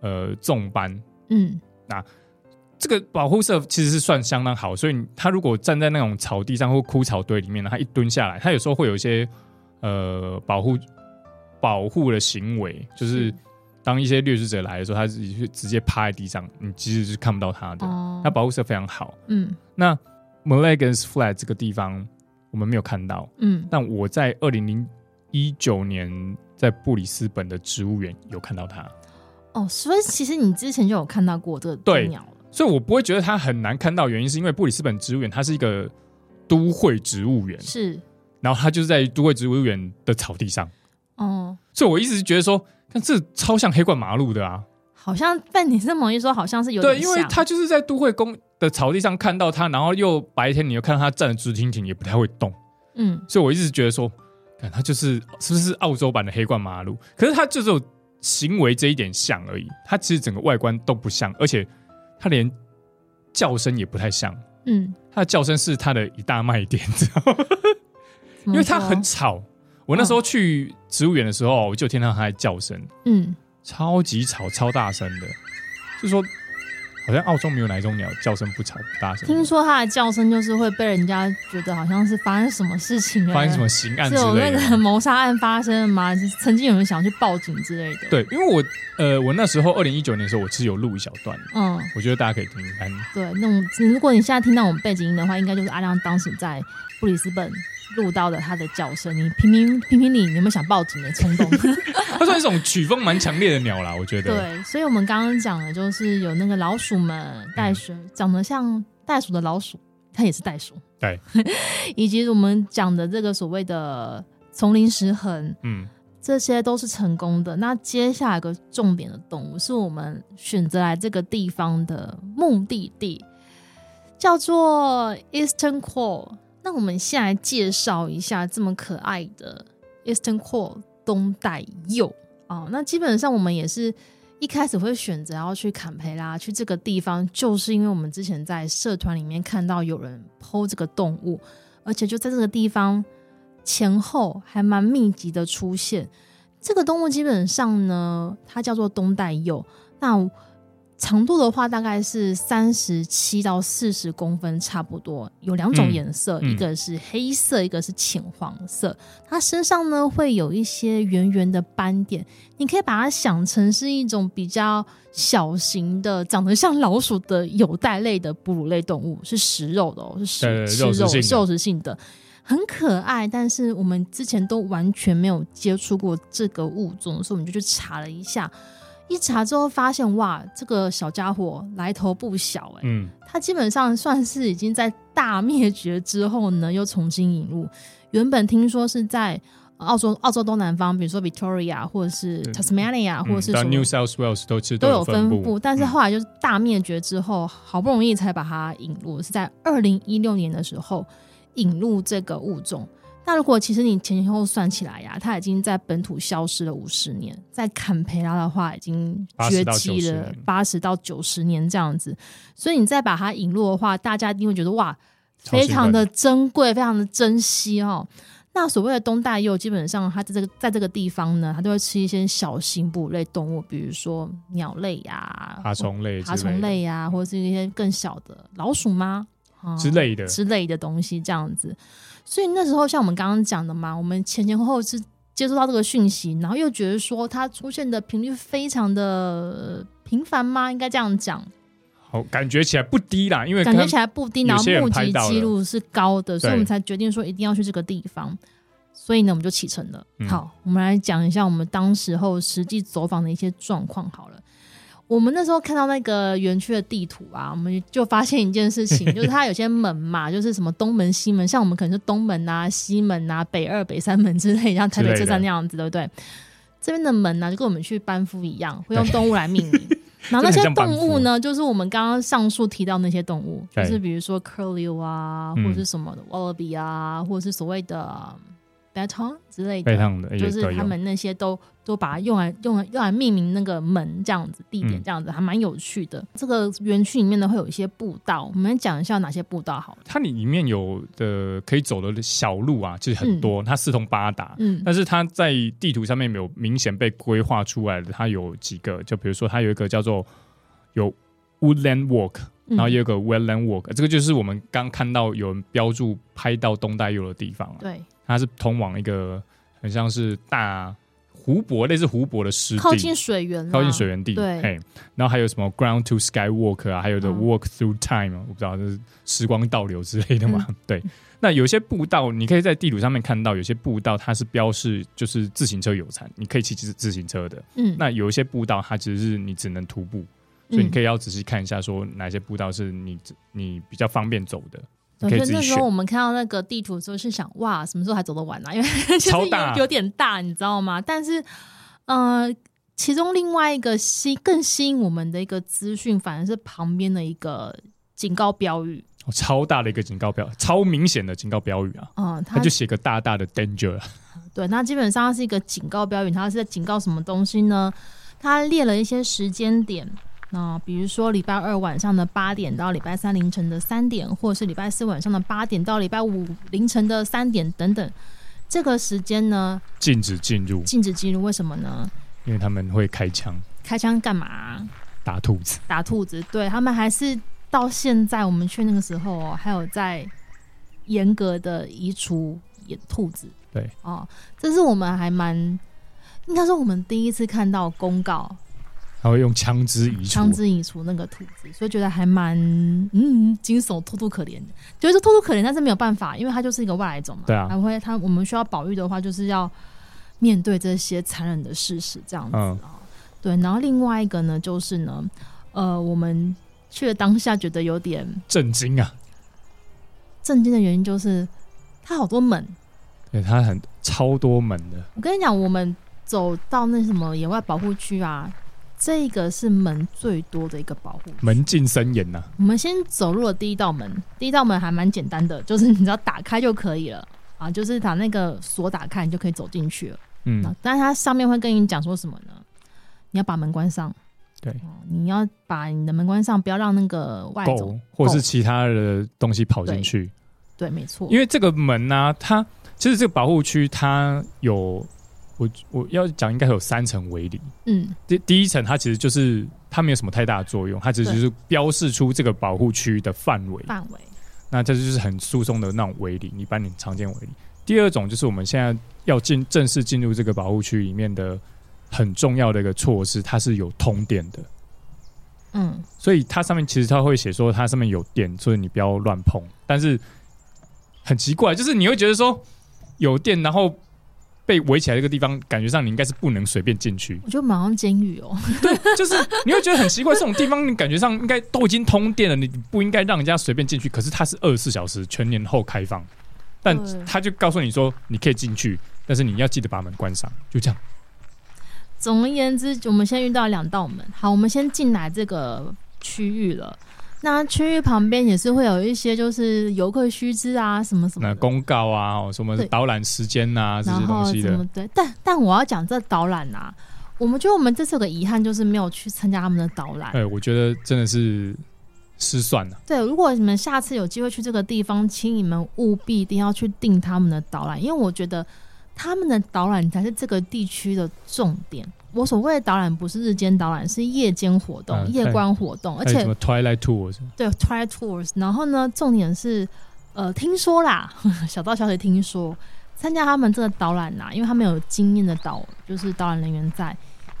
呃重斑。
嗯，
这个保护色其实是算相当好，所以它如果站在那种草地上或枯草堆里面呢，它一蹲下来，它有时候会有一些呃保护保护的行为，就是当一些掠食者来的时候，它是直接趴在地上，你其实是看不到它的。
哦
它，保护色非常好。
嗯
那 Malagas Flat 这个地方我们没有看到，
嗯
但我在二零零一九年在布里斯本的植物园有看到它，
哦，所以其实你之前就有看到过这个
对
这鸟了，
所以我不会觉得它很难看到。原因是因为布里斯本植物园它是一个都会植物园，
是
然后它就是在都会植物园的草地上，
哦，
所以我一直觉得说，看这超像黑冠马路的啊，
好像被你这么一说，好像是有
对，
点
因为
像
它就是在都会公的草地上看到它，然后又白天你又看到它站得直挺挺，也不太会动。
嗯
所以我一直觉得说，看它就是呃是不是澳洲版的黑冠马路？可是它就只有行为这一点像而已，它其实整个外观都不像，而且它连叫声也不太像。
嗯，
它的叫声是它的一大卖点， (laughs) 知道吗？
怎
因
么
为它
说啊
很吵。我那时候去植物园的时候，我就听到它在叫声，
嗯
超级吵、超大声的，就说好像澳洲没有哪一种鸟叫声不吵不大声的。
听说它的叫声就是会被人家觉得好像是发生什么事情了，
发生什么刑案
是
之
有
类
那
的？
个谋杀案发生了吗？是曾经有人想去报警之类的。，
对，因为我呃，我那时候二零一九年的时候，我其实有录一小段，
嗯，
我觉得大家可以听听看。
对，那种如果你现在听到我们背景音的话，应该就是阿亮当时在布里斯本录到的他的叫声。你评评评评理，你有没有想报警的冲动？
它算是一种曲风蛮强烈的鸟啦，我觉得。
对，所以我们刚刚讲的就是有那个老鼠们、袋鼠，长得像袋鼠的老鼠，它也是袋鼠。
对，
(laughs) 以及我们讲的这个所谓的丛林石痕，
嗯，
这些都是成功的。那接下来一个重点的动物是我们选择来这个地方的目的地，叫做 Eastern Core。那我们先来介绍一下这么可爱的 Eastern Core 东带鼬哦。那基本上我们也是一开始会选择要去坎培拉，去这个地方，就是因为我们之前在社团里面看到有人剖这个动物，而且就在这个地方前后还蛮密集的出现。这个动物基本上呢，它叫做东带鼬。那长度的话，大概是三十七到四十公分，差不多。有两种
嗯
颜色，
嗯
一个是黑色，一个是浅黄色。它身上呢会有一些圆圆的斑点，你可以把它想成是一种比较小型的、长得像老鼠的有袋类的哺乳类动物，是食肉的哦，是食
对
吃
肉食
肉
性的
肉食性的，很可爱。但是我们之前都完全没有接触过这个物种，所以我们就去查了一下。一查之后发现，哇，这个小家伙来头不小哎、
嗯，
它基本上算是已经在大灭绝之后呢，又重新引入。原本听说是在呃澳洲澳洲东南方，比如说 Victoria 或者是
嗯
Tasmania，、或者啊是
嗯到
什么
New South Wales 都其实
都有
有
分
布嗯
布，，嗯但是后来就是大灭绝之后，好不容易才把它引入，是在二零一六年的时候引入这个物种。那如果其实你前前后后算起来呀、它已经在本土消失了五十年，在坎培拉的话已经绝
80到
迹
90
了
年
八十到九十年这样子，所以你再把它引入的话，大家一定会觉得哇，
超
非
兴奋
常的珍贵，非常的珍惜哦。那所谓的东大鼬，基本上它在这个在这个地方呢，它都会吃一些小型哺乳类动物，比如说鸟类呀、
爬虫类、
爬虫、类呀、或者是一些更小的老鼠吗？啊
之类的，
之类的东西这样子。所以那时候像我们刚刚讲的嘛，我们前前后后是接收到这个讯息，然后又觉得说它出现的频率非常的频繁吗？应该这样讲，
好，感觉起来不低啦，因为
感觉
看
起来不低，
有
然后
些人
募
拍
集
到
记
了
录是高的，所以我们
对
才决定说一定要去这个地方。所以呢，我们就启程了。
嗯
好，我们来讲一下我们当时候实际走访的一些状况好了。我们那时候看到那个园区的地图啊，我们就发现一件事情，
(laughs)
就是它有些门嘛，就是什么东门、西门，像我们可能是东门啊、西门啊、北二、北三门之类，像台北车站那样子，对不对？这边的门啊呢、就跟我们去班夫一样，会用动物来命
(laughs)
名。然后那些动物呢，就是我们刚刚上述提到那些动物，就
对
是比如说 curlew 啊，
嗯
或者是什么的 wallaby 啊，或者是所谓的 baton 之类
非
的，
常的也
就是
都
他
有，
们那些都都把它用来用来用来命名那个门这样子地
嗯
点这样子，还蛮有趣的。这个园区里面呢会有一些步道，我们讲一下哪些步道好了。
它里面有的可以走的小路啊，其实很多，它四通八达。
嗯
但是它在地图上面有明显被规划出来的，它有几个，就比如说它有一个叫做有 Woodland Walk，
嗯
然后也有个 Wetland Walk，、这个呃就是我们刚看到有人标注拍到东大佑的地方、啊，
对，
它是通往一个很像是大湖泊，类似湖泊的湿地，
靠近水源啦，啊
靠近水源地，
对
嘿，然后还有什么 Ground to Sky Walk 啊，还有的
嗯
Walk Through Time，、啊，我不知道这是时光倒流之类的嘛，
嗯
对。那有些步道，你可以在地图上面看到，有些步道它是标示就是自行车有残，你可以骑自自行车的。
嗯，
那有一些步道它只是你只能徒步，所以你可
以。
以要仔细看一下，说哪些步道是你你比较方便走
(laughs)
的，
所
你可以
以
自己
那时
选
候我。们看到那个地图的时候是想，哇，什么时候还走得完啊？因为就是
超
有
大
有点大，你知道吗？但是，呃，其中另外一个吸更吸引我们的一个资讯，反而是旁边的一个警告标语。
哦超大的一个警告标，超明显的警告标语啊，
嗯，它
它就写个大大的 danger，啊
(laughs) 对，那基本上是一个警告标语，它是在警告什么东西呢？它列了一些时间点。那、比如说礼拜二晚上的八点到礼拜三凌晨的三点，或者是礼拜四晚上的八点到礼拜五凌晨的三点等等，这个时间呢
禁止进入，
禁止进入，为什么呢？
因为他们会开枪
开枪干嘛、
打兔子。
打兔子？对他们还是到现在我们去那个时候、哦，还有在严格的移除野兔子。
对，
哦，这是我们还蛮应该说我们第一次看到公告
他会用枪支移除
枪，支移除那个兔子，所以觉得还蛮嗯惊悚、兔兔可怜的。觉得说兔兔可怜，但是没有办法，因为它就是一个外来种嘛。
对啊
还会它我们需要保育的话，就是要面对这些残忍的事实，这样子啊、
嗯
对，然后另外一个呢，就是呢，呃，我们去了当下觉得有点
震惊啊！
震惊的原因，就是它好多门。
对他很超多门的，
我跟你讲，我们走到那什么野外保护区啊，这个是门最多的一个保护区。
门禁森严啊呐、
我们先走入了第一道门，第一道门还蛮简单的，就是你只要打开就可以了啊，就是把那个锁打开，你就可以走进去了。啊
嗯，
但是它上面会跟你讲说什么呢？你要把门关上，
对
哦你要把你的门关上，不要让那个外走
狗。或者是其他的东西跑进去，
对，没错，
因为这个门呢、它其实这个保护区它有我我要讲应该有三层围篱，
嗯，
第第一层它其实就是它没有什么太大的作用，它只是
对
就是标示出这个保护区的范围，
范围
那这就是很疏松的那种围篱，一般你常见围篱。第二种就是我们现在要进正式进入这个保护区里面的很重要的一个措施，它是有通电的，
嗯，，
所以它上面其实它会写说它上面有电，所以你不要乱碰。但是很奇怪，就是你会觉得说有电，然后被围起来这个地方，感觉上你应该是不能随便进去
我觉得马上监狱哦， (laughs)
就是你会觉得很奇怪，这种地方你感觉上应该都已经通电了，你不应该让人家随便进去。可是它是二十四小时全年后开放，但
对
他就告诉你说你可以进去，但是你要记得把门关上，就这样。
总而言之，我们现在遇到两道门。好，我们先进来这个区域了。那区域旁边也是会有一些就是游客须知啊，什么什么
那
的
公告啊，哦什么
对
导览时间呐、啊这
然
些东
后
西
什
的
么，对，但但我要讲这导览啊，我们觉得我们这次有个遗憾就是没有去参加他们的导览。
哎、我觉得真的是失算了、
对，如果你们下次有机会去这个地方，请你们务必一定要去订他们的导览，因为我觉得他们的导览才是这个地区的重点。我所谓的导览不是日间导览，是夜间活动、
嗯
夜
对
观活动，而
还有
且
什么 Twilight Tours，
对 Try Tours，然后呢，重点是，呃，听说啦， (laughs) 小道消息听说，啊参加他们这个导览呐、因为他们有经验的导，就是导览人员在，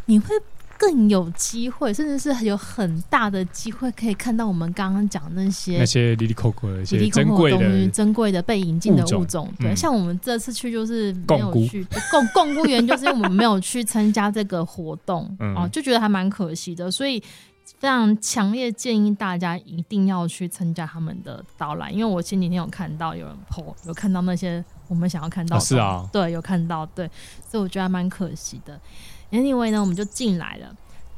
你会更有机会，甚至是有很大的机会可以看到我们刚刚讲那些
那些里里扣扣的一
奇
些
力
珍
空
贵
空东西
的，
珍贵的被引进的
物种
物种，对，
嗯
像我们这次去就是没
共
有
菇
去共 (laughs) 共菇园，就是因为我们没有去参加这个活动哦、
嗯
就觉得还蛮可惜的，所以非常强烈建议大家一定要去参加他们的导览，因为我前几天有看到有人 po，有看到那些我们想要看到
啊
的、
是啊
对，有看到，对，所以我觉得还蛮可惜的。Anyway 呢，我们就进来了，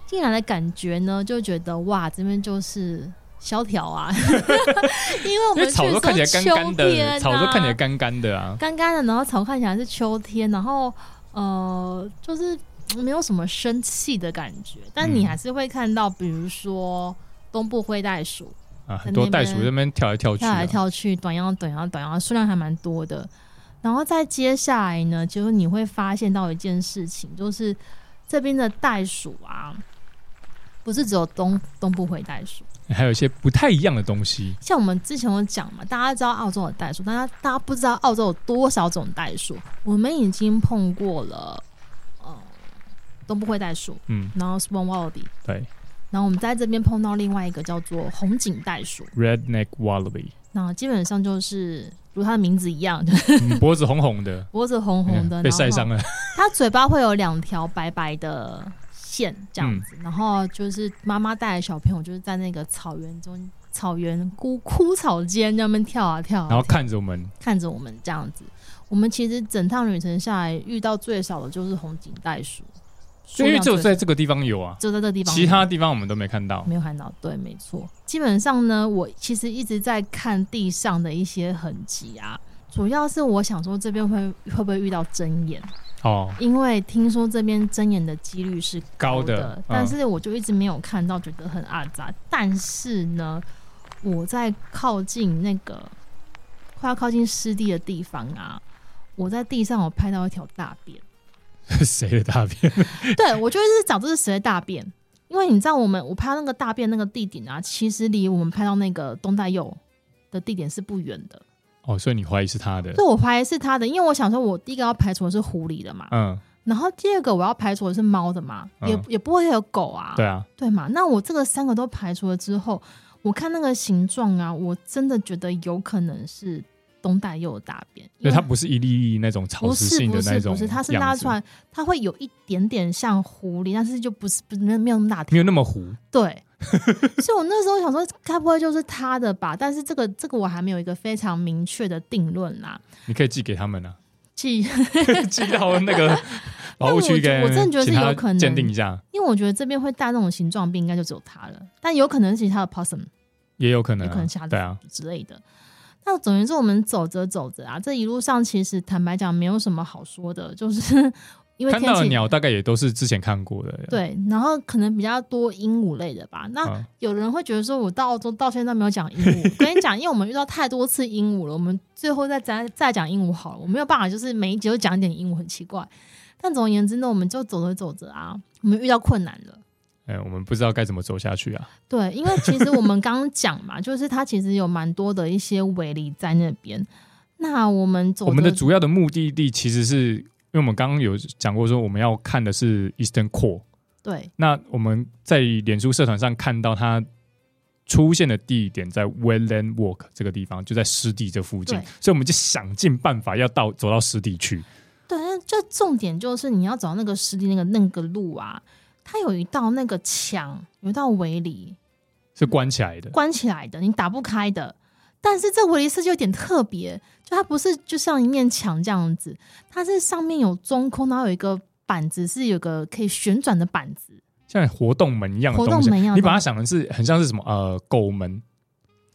进来的感觉呢，就觉得哇，这边就是。萧条
(laughs)
啊，因为我们
因为
去
哎草都看起来干干
的时候秋天啊
的，草都看起来干干的啊。
干干的，然后草看起来是秋天，然后呃，就是嗯没有什么生气的感觉，但你
嗯
还是会看到，比如说东部灰袋鼠
啊，很多袋鼠在那边跳来跳去
跳
啊，
来跳去，短腰短腰短腰，数量还蛮多的。然后再接下来呢，就是你会发现到一件事情，就是这边的袋鼠啊，不是只有东东部灰袋鼠。
还有一些不太一样的东西。
像我们之前有讲嘛，大家知道澳洲有袋鼠，大家大家不知道澳洲有多少种袋鼠。我们已经碰过了，呃，东部灰袋鼠，
嗯，
然后 Swan Wallaby，
对
然后我们在这边碰到另外一个叫做红颈袋鼠，
，redneck wallaby， (laughs)
那基本上就是如它的名字一样，就是
嗯脖子红红的，
脖子红红的，
嗯被晒伤
了。
了。
它嘴巴会有两条白白的线这样
嗯
子，然后就是妈妈带着小朋友就是在那个草原中。草原枯枯草间那边跳啊跳啊，
然后
跳啊
看着我们，
看着我们这样子。我们其实整趟旅程下来，遇到最少的就是红颈袋鼠，
因为只有
数量最
在这个地方有啊，
只有在这地方，
其他地方我们都没看到。
没有看到。对，没错。基本上呢，我其实一直在看地上的一些痕迹啊，主要是我想说这边会会不会遇到针眼，
哦， (laughs)
因为听说这边针眼的几率是
高
的，
的，
但
嗯
是我就一直没有看到，觉得很阿杂。但是呢，我在靠近那个快要靠近湿地的地方啊，我在地上我拍到一条大
(laughs)
便，
谁的大便？
对我就一直找这是谁的大便，因为你知道我们我拍到那个大便那个地点啊，其实离我们拍到那个东大佑的地点是不远的，
哦，所以你怀疑是他的？
所以我怀疑是他的，因为我想说，我第一个要排除的是狐狸的嘛，
嗯，
然后第二个我要排除的是猫的嘛，也
嗯
也不会有狗啊，
对啊，
对嘛？那我这个三个都排除了之后，我看那个形状啊，我真的觉得有可能是东大佑的大便，
所
因
以
为
它不是一粒一粒那种草
不
食
是
性
不
的那
是
种
不是，它是拉
样子
出来，它会有一点点像狐狸，但是就不是不是没有没有那么大条
没有那么糊。 (laughs)
对。所以我那时候想说，该不会就是他的吧？但是这个这个我还没有一个非常明确的定论啦。
你可以寄给他
(laughs)
们啊，
既
寄到那个保护区给，
我真的觉得是有可能
鉴定一下，
因为我觉得这边会带那种形状病，应该就只有他了，但有可能是其他的 possum。
也有可能、啊，
有可能是他的
对啊，
之类的。那总而言之，我们走着走着啊，这一路上其实坦白讲没有什么好说的，就是 (laughs) 因为
看
天
到的
气
鸟大概也都是之前看过的，
对，然后可能比较多鹦鹉类的吧。那
啊，
有人会觉得说，我到澳洲到现在没有讲鹦鹉，我跟你讲，因为我们遇到太多次鹦鹉了，我们最后再再再讲鹦鹉好了，我没有办法，就是每一集都讲一点鹦鹉，很奇怪。但总而言之呢，我们就走着走着啊，我们遇到困难了。
哎、我们不知道该怎么走下去啊，
对，因为其实我们刚刚讲嘛，就是它其实有蛮多的一些围篱在那边。那我们走着
我们的主要的目的地其实是，因为我们刚刚有讲过说我们要看的是 Eastern Core，
对
那我们在脸书社团上看到它出现的地点在 Wetland Walk 这个地方，就在湿地这附近
对，
所以我们就想尽办法要到走到湿地去。
对，那这重点就是你要找那个湿地那个那个路啊，它有一道那个墙，有一道围篱
是关起来的，
关起来的，你打不开的。但是这围篱设计有点特别，就它不是就像一面墙这样子，它是上面有中空，然后有一个板子是有个可以旋转的板子，
像活动门一样的
活动
东西。
门一样的
你把它
东西
想的是很像是什么呃狗门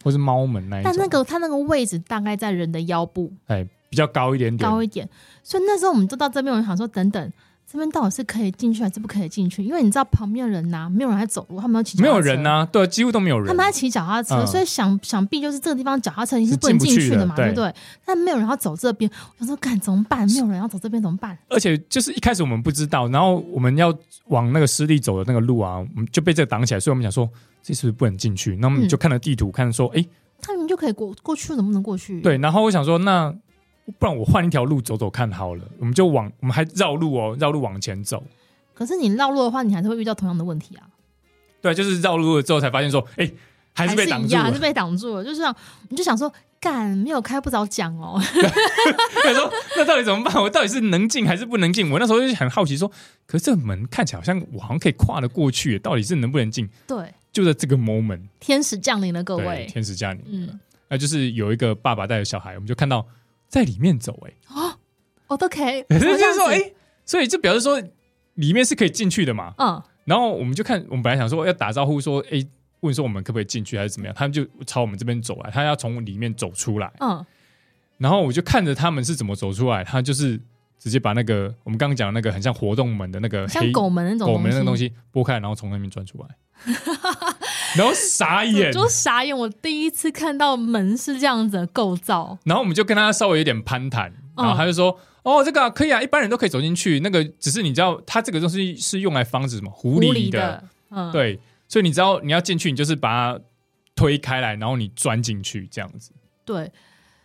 或是猫门那一种，
但那个它那个位置大概在人的腰部，
哎比较高一点点，
高一点。所以那时候我们就到这边，我就想说，等等，这边到底是可以进去还是不可以进去？因为你知道旁边的人呐、没有人在走路，他们要骑，
没有人、呐、对，几乎都没有
他
人
们。在骑脚踏车，
嗯
所以想想必就是这个地方脚踏车你
是
不能
进不
进
去
去
的
嘛，
对
对不对？但没有人要走这边，我想说，干怎么办？没有人要走这边怎么办？
而且就是一开始我们不知道，然后我们要往那个湿地走的那个路啊，我们就被这个挡起来，所以我们想说这是不是不能进去？那我们
嗯
就看了地图，看说哎、
他们就可以过过去，能不能过去？
对，然后我想说，那不然我换一条路走走看好了。我们就往，我们还绕路哦，绕路往前走。
可是你绕路的话，你还是会遇到同样的问题啊，
对，就是绕路了之后才发现说，哎、还是被挡
一
住
样， (laughs) 还
了 (laughs)
是。被挡住了。就是这样你就想说，干没有开不早讲哦，
他说：“那到底怎么办？我到底是能进还是不能进？”我那时候就很好奇，说：“可是这门看起来好像我好像可以跨得过去，到底是能不能进
对，？”
就在这个 moment，
天使降临了，各
对，
位，
天使降临。
嗯，
那哎就是有一个爸爸带着小孩，我们就看到在里面走、欸，
我都可以，
哎，
我
就
这样子
是说，哎、所以就表示说里面是可以进去的嘛。
嗯，
然后我们就看，我们本来想说要打招呼说，哎、问说我们可不可以进去还是怎么样，他们就朝我们这边走来，他要从里面走出来。
嗯，
然后我就看着他们是怎么走出来，他就是直接把那个我们刚刚讲的那个很像活动门的那个
像
黑
狗门那种
狗门那个东
西，
西拨开，然后从那边
(laughs)
钻出来，然后傻眼
我。就傻眼。我第一次看到门是这样子的构造，
然后我们就跟他稍微有点攀谈，
嗯
然后他就说：“哦，这个、啊、可以啊，一般人都可以走进去。那个只是你知道，它这个东西是用来防止什么狐
狐
狸
狸
的，
的，嗯，
对，所以你知道你要进去，你就是把它推开来，然后你钻进去这样
(laughs)
子。
对。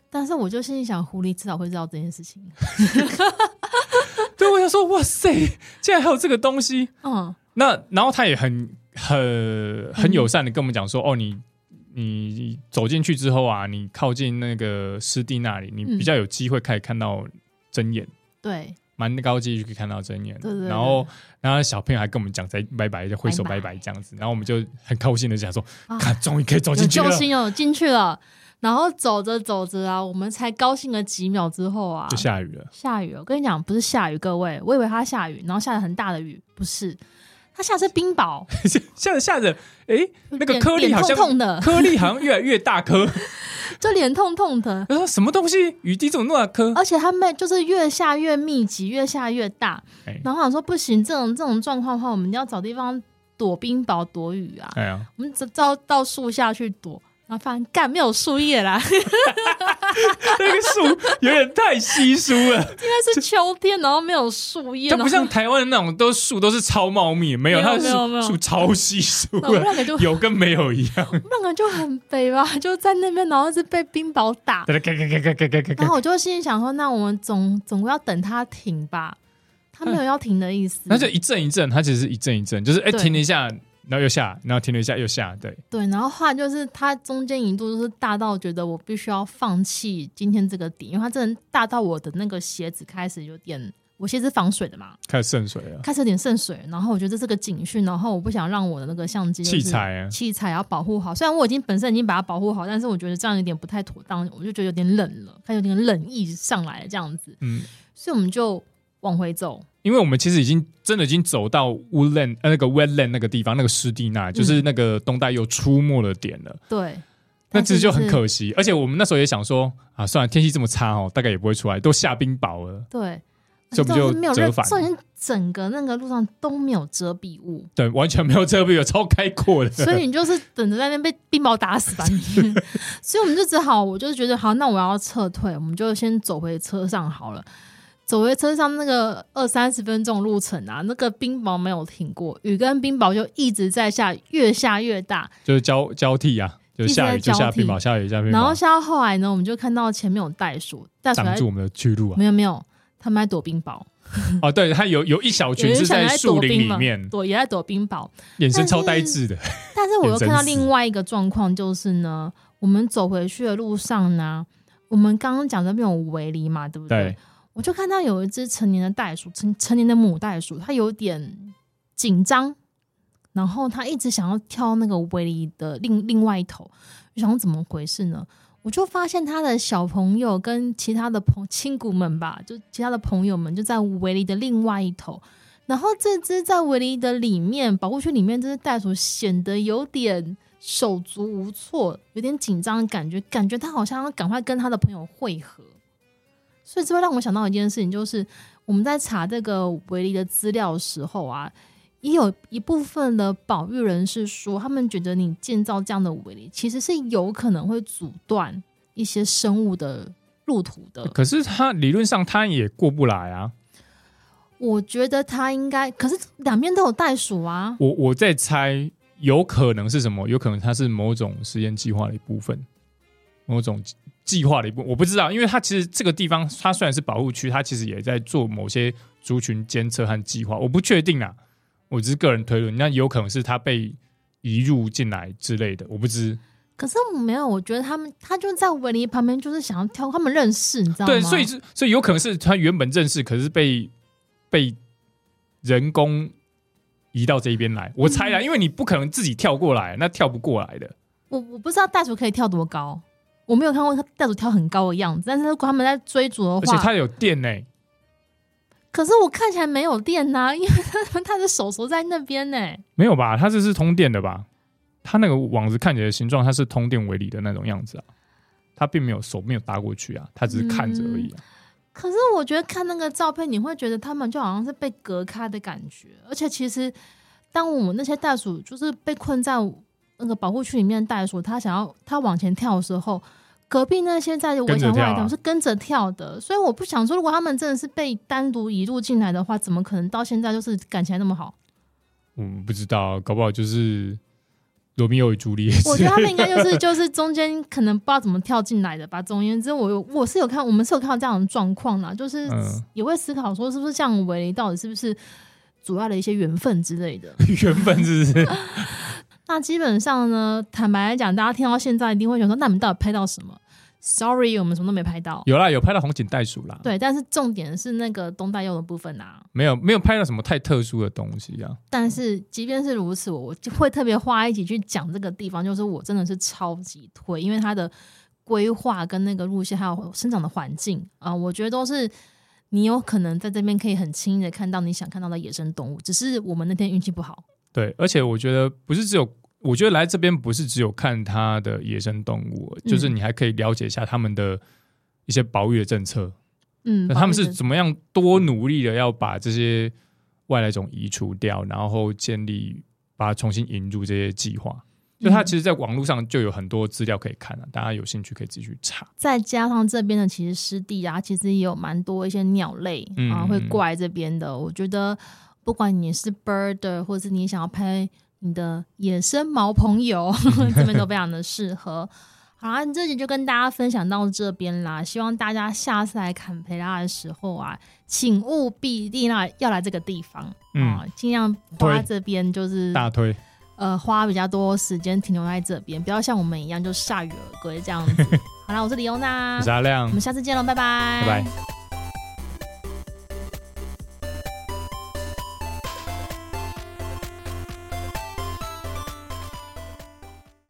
但是我就心里想，狐狸至少会知道这件事
(laughs)
情，
对，我想说，哇塞，竟然还有这个东西！
嗯，
那然后他也很很很友善的跟我们讲说，哦，你你走进去之后啊，你靠近那个湿地那里，你
嗯
比较有机会可以看到睁眼，
对，
蛮高级可以看到睁眼的。
对对对
然后然后小朋友还跟我们讲再拜拜，就挥手拜
拜拜
拜这样子，然后我们就很高兴的想说，
啊
看、终于可以走进去
有
了
救。星哦，进去了。然后走着走着啊，我们才高兴了几秒之后啊，
就下雨 (laughs) 了，
下雨。我跟你讲，不是下雨，各位，我以为它下雨，然后下了很大的雨，不是，它下的是冰雹，
下着下着，哎、 (laughs) 那个
脸
颗粒
脸
好像
痛痛的，
颗粒好像越来越大颗。 (laughs)
就脸痛痛的。
他说什么东西？雨滴怎么那么大颗？
而且它们就是越下越密集，越下越大。
哎
然后我想说，不行，这种这种状况的话，我们一定要找地方躲冰雹、躲雨啊。
哎呀，
我们找到到树下去躲，然后发现干没有树叶啦，
那个树有点太稀疏了，
应该是秋天，然后没有树叶，
它不
然
像
后
台湾的那种，都树都是超茂密，没有，
没有
它
没有没
的
有
树树超稀疏
那我们
了，
两个就
有跟没有一
(laughs)
样。
那个就很肥吧，就在那边，然后是被冰雹打。
哒哒嘎嘎嘎嘎嘎嘎
然
嘎
后我就心里想说，那我们总总归要等它停吧，它没有要停的意思。
嗯那就一阵一阵，它其实是一阵一阵，就是哎
嗯对
停了一下，然后又下，然后停了一下又下，对，
对，然后后来就是它中间一度就是大到觉得我必须要放弃今天这个点，因为它真的大到我的那个鞋子开始有点，我鞋子防水的嘛，
开始渗水了，
开始有点渗水。然后我觉得这是个警讯，然后我不想让我的那个相机、
器。材啊，
器材要保护好，虽然我已经本身已经把它保护好，但是我觉得这样有点不太妥当，我就觉得有点冷了，它有点冷意上来了这样子。
嗯，
所以我们就往回走。
因为我们其实已经真的已经走到 woodland 呃那个 wetland 那个地方，那个湿地那，
嗯
就是那个东大又出没的点了。
对，
那
但
其
是
实就是很。可惜，而且我们那时候也想说啊，算了，天气这么差哦，大概也不会出来，都下冰雹了。
对，
所以我们就
重点是没有
折
任，
返，
重点是整个那个路上都没有遮蔽物
对，完全没有遮蔽，有超开阔 (laughs) 的。
所以你就是等着在那边被冰雹打死吧你。 (laughs) 所以我们就只好，我就觉得好，那我要撤退，我们就先走回车上好了。走回车上那个二三十分钟的路程啊，那个冰雹没有停过，雨跟冰雹就一直在下，越下越大。
就是交交替啊，就是下雨
一直在
就下
交替
冰雹，下雨下冰雹，
然后下到后来呢，我们就看到前面有袋鼠，袋鼠
挡
还
住我们的去路
(laughs)
啊。
没有没有，他们在躲冰雹，
哦，对，它有有一小群
有
是
一小群在
树
躲
林
冰
里
嘛
面，
躲也在躲冰雹。
眼神
但是
超呆滞的。
但是我又看到
很真实
另外一个状况，就是呢，我们走回去的路上呢，我们刚刚讲的那种围篱嘛，对不对？
对，
我就看到有一只成年的袋鼠，成成年的母袋鼠，它有点紧张，然后它一直想要跳那个围篱的另另外一头，我想说怎么回事呢？我就发现它的小朋友跟其他的朋亲骨们吧，就其他的朋友们就在围篱的另外一头，然后这只在围篱的里面保护区里面，这只袋鼠显得有点手足无措，有点紧张的感觉，感觉它好像要赶快跟它的朋友汇合。所以这会让我想到一件事情，就是我们在查这个维尼的资料的时候啊，也有一部分的保育人士说，他们觉得你建造这样的维尼，其实是有可能会阻断一些生物的路途的。
嗯可是它理论上它也过不来啊。
我觉得它应该，可是两边都有袋鼠啊，
我我在猜，有可能是什么？有可能它是某种实验计划的一部分，某种计计划的一部分。我不知道，因为它其实这个地方，它虽然是保护区，它其实也在做某些族群监测和计划，我不确定啊，我只是个人推论，那有可能是他被移入进来之类的，我不知。
可是没有，我觉得他们他就在维尼旁边，就是想要挑他们认识，你知道吗？
对，所以是所以有可能是他原本认识，可是被被人工移到这一边来，我猜
嗯
啦，因为你不可能自己跳过来，那跳不过来的。
我我不知道袋鼠可以跳多高，我没有看过它袋鼠跳很高的样子。但是如果他们在追逐的
而且
话，
它有电呢、
可是我看起来没有电呐、因为他他的手手在那边呢、
没有吧？它这是通电的吧？它那个网子看起来形状，它是通电为理的那种样子啊，它并没有手没有搭过去啊，它只是看着而已、啊。
可是我觉得看那个照片，你会觉得他们就好像是被隔开的感觉。而且其实，当我们那些袋鼠就是被困在那个保护区里面的袋鼠，它想要它往前跳的时候，隔壁那些在围墙
跟着
外
跳啊
的袋鼠是跟着跳的。所以我不想说，如果他们真的是被单独移入进来的话，怎么可能到现在就是感情还那么好？
嗯，不知道，搞不好就是罗密欧与朱丽叶之类的。
(laughs) 我觉得他们应该就是就是中间可能不知道怎么跳进来的吧。总而言之，我有我是有看，我们是有看到这样的状况啦，就是
嗯
也会思考说，是不是像维雷到底是不是阻碍了一些缘分之类的。
(laughs) 缘分是不是？
那基本上呢，坦白来讲，大家听到现在一定会想说，那你们到底拍到什么？Sorry，我们什么都没拍到。
有啦，有拍到红颈袋鼠啦。，
对，但是重点是那个东大佑的部分啊。
没有没有拍到什么太特殊的东西啊。
但是即便是如此，我我就会特别花一集去讲这个地方，就是我真的是超级推，因为它的规划跟那个路线还有生长的环境啊、我觉得都是你有可能在这边可以很轻易的看到你想看到的野生动物，只是我们那天运气不好。
对，而且我觉得不是只有，我觉得来这边不是只有看它的野生动物，
嗯
就是你还可以了解一下他们的一些保育的政策，
嗯，
那他们
不好意
是
思
怎么样多努力的要把这些外来种移除掉，然后建立把它重新引入这些计划。就它
嗯
其实，在网络上就有很多资料可以看了、大家有兴趣可以自己去查。
再加上这边的其实湿地啊，其实也有蛮多一些鸟类
嗯
啊会过来这边的。我觉得不管你是 bird，或是你想要拍你的野生毛朋
(laughs)
友，这边都非常的适合。好啦，这集就跟大家分享到这边啦。希望大家下次来坎培拉的时候啊，请务必一定要来要来这个地方、
嗯，
啊，尽量花
对
这边就是
大推
呃花比较多时间停留在这边，不要像我们
(laughs)
一样就铩羽而归这样子。好啦，我是李欧娜，
我是阿亮
我，们下次见喽，拜拜，
拜拜。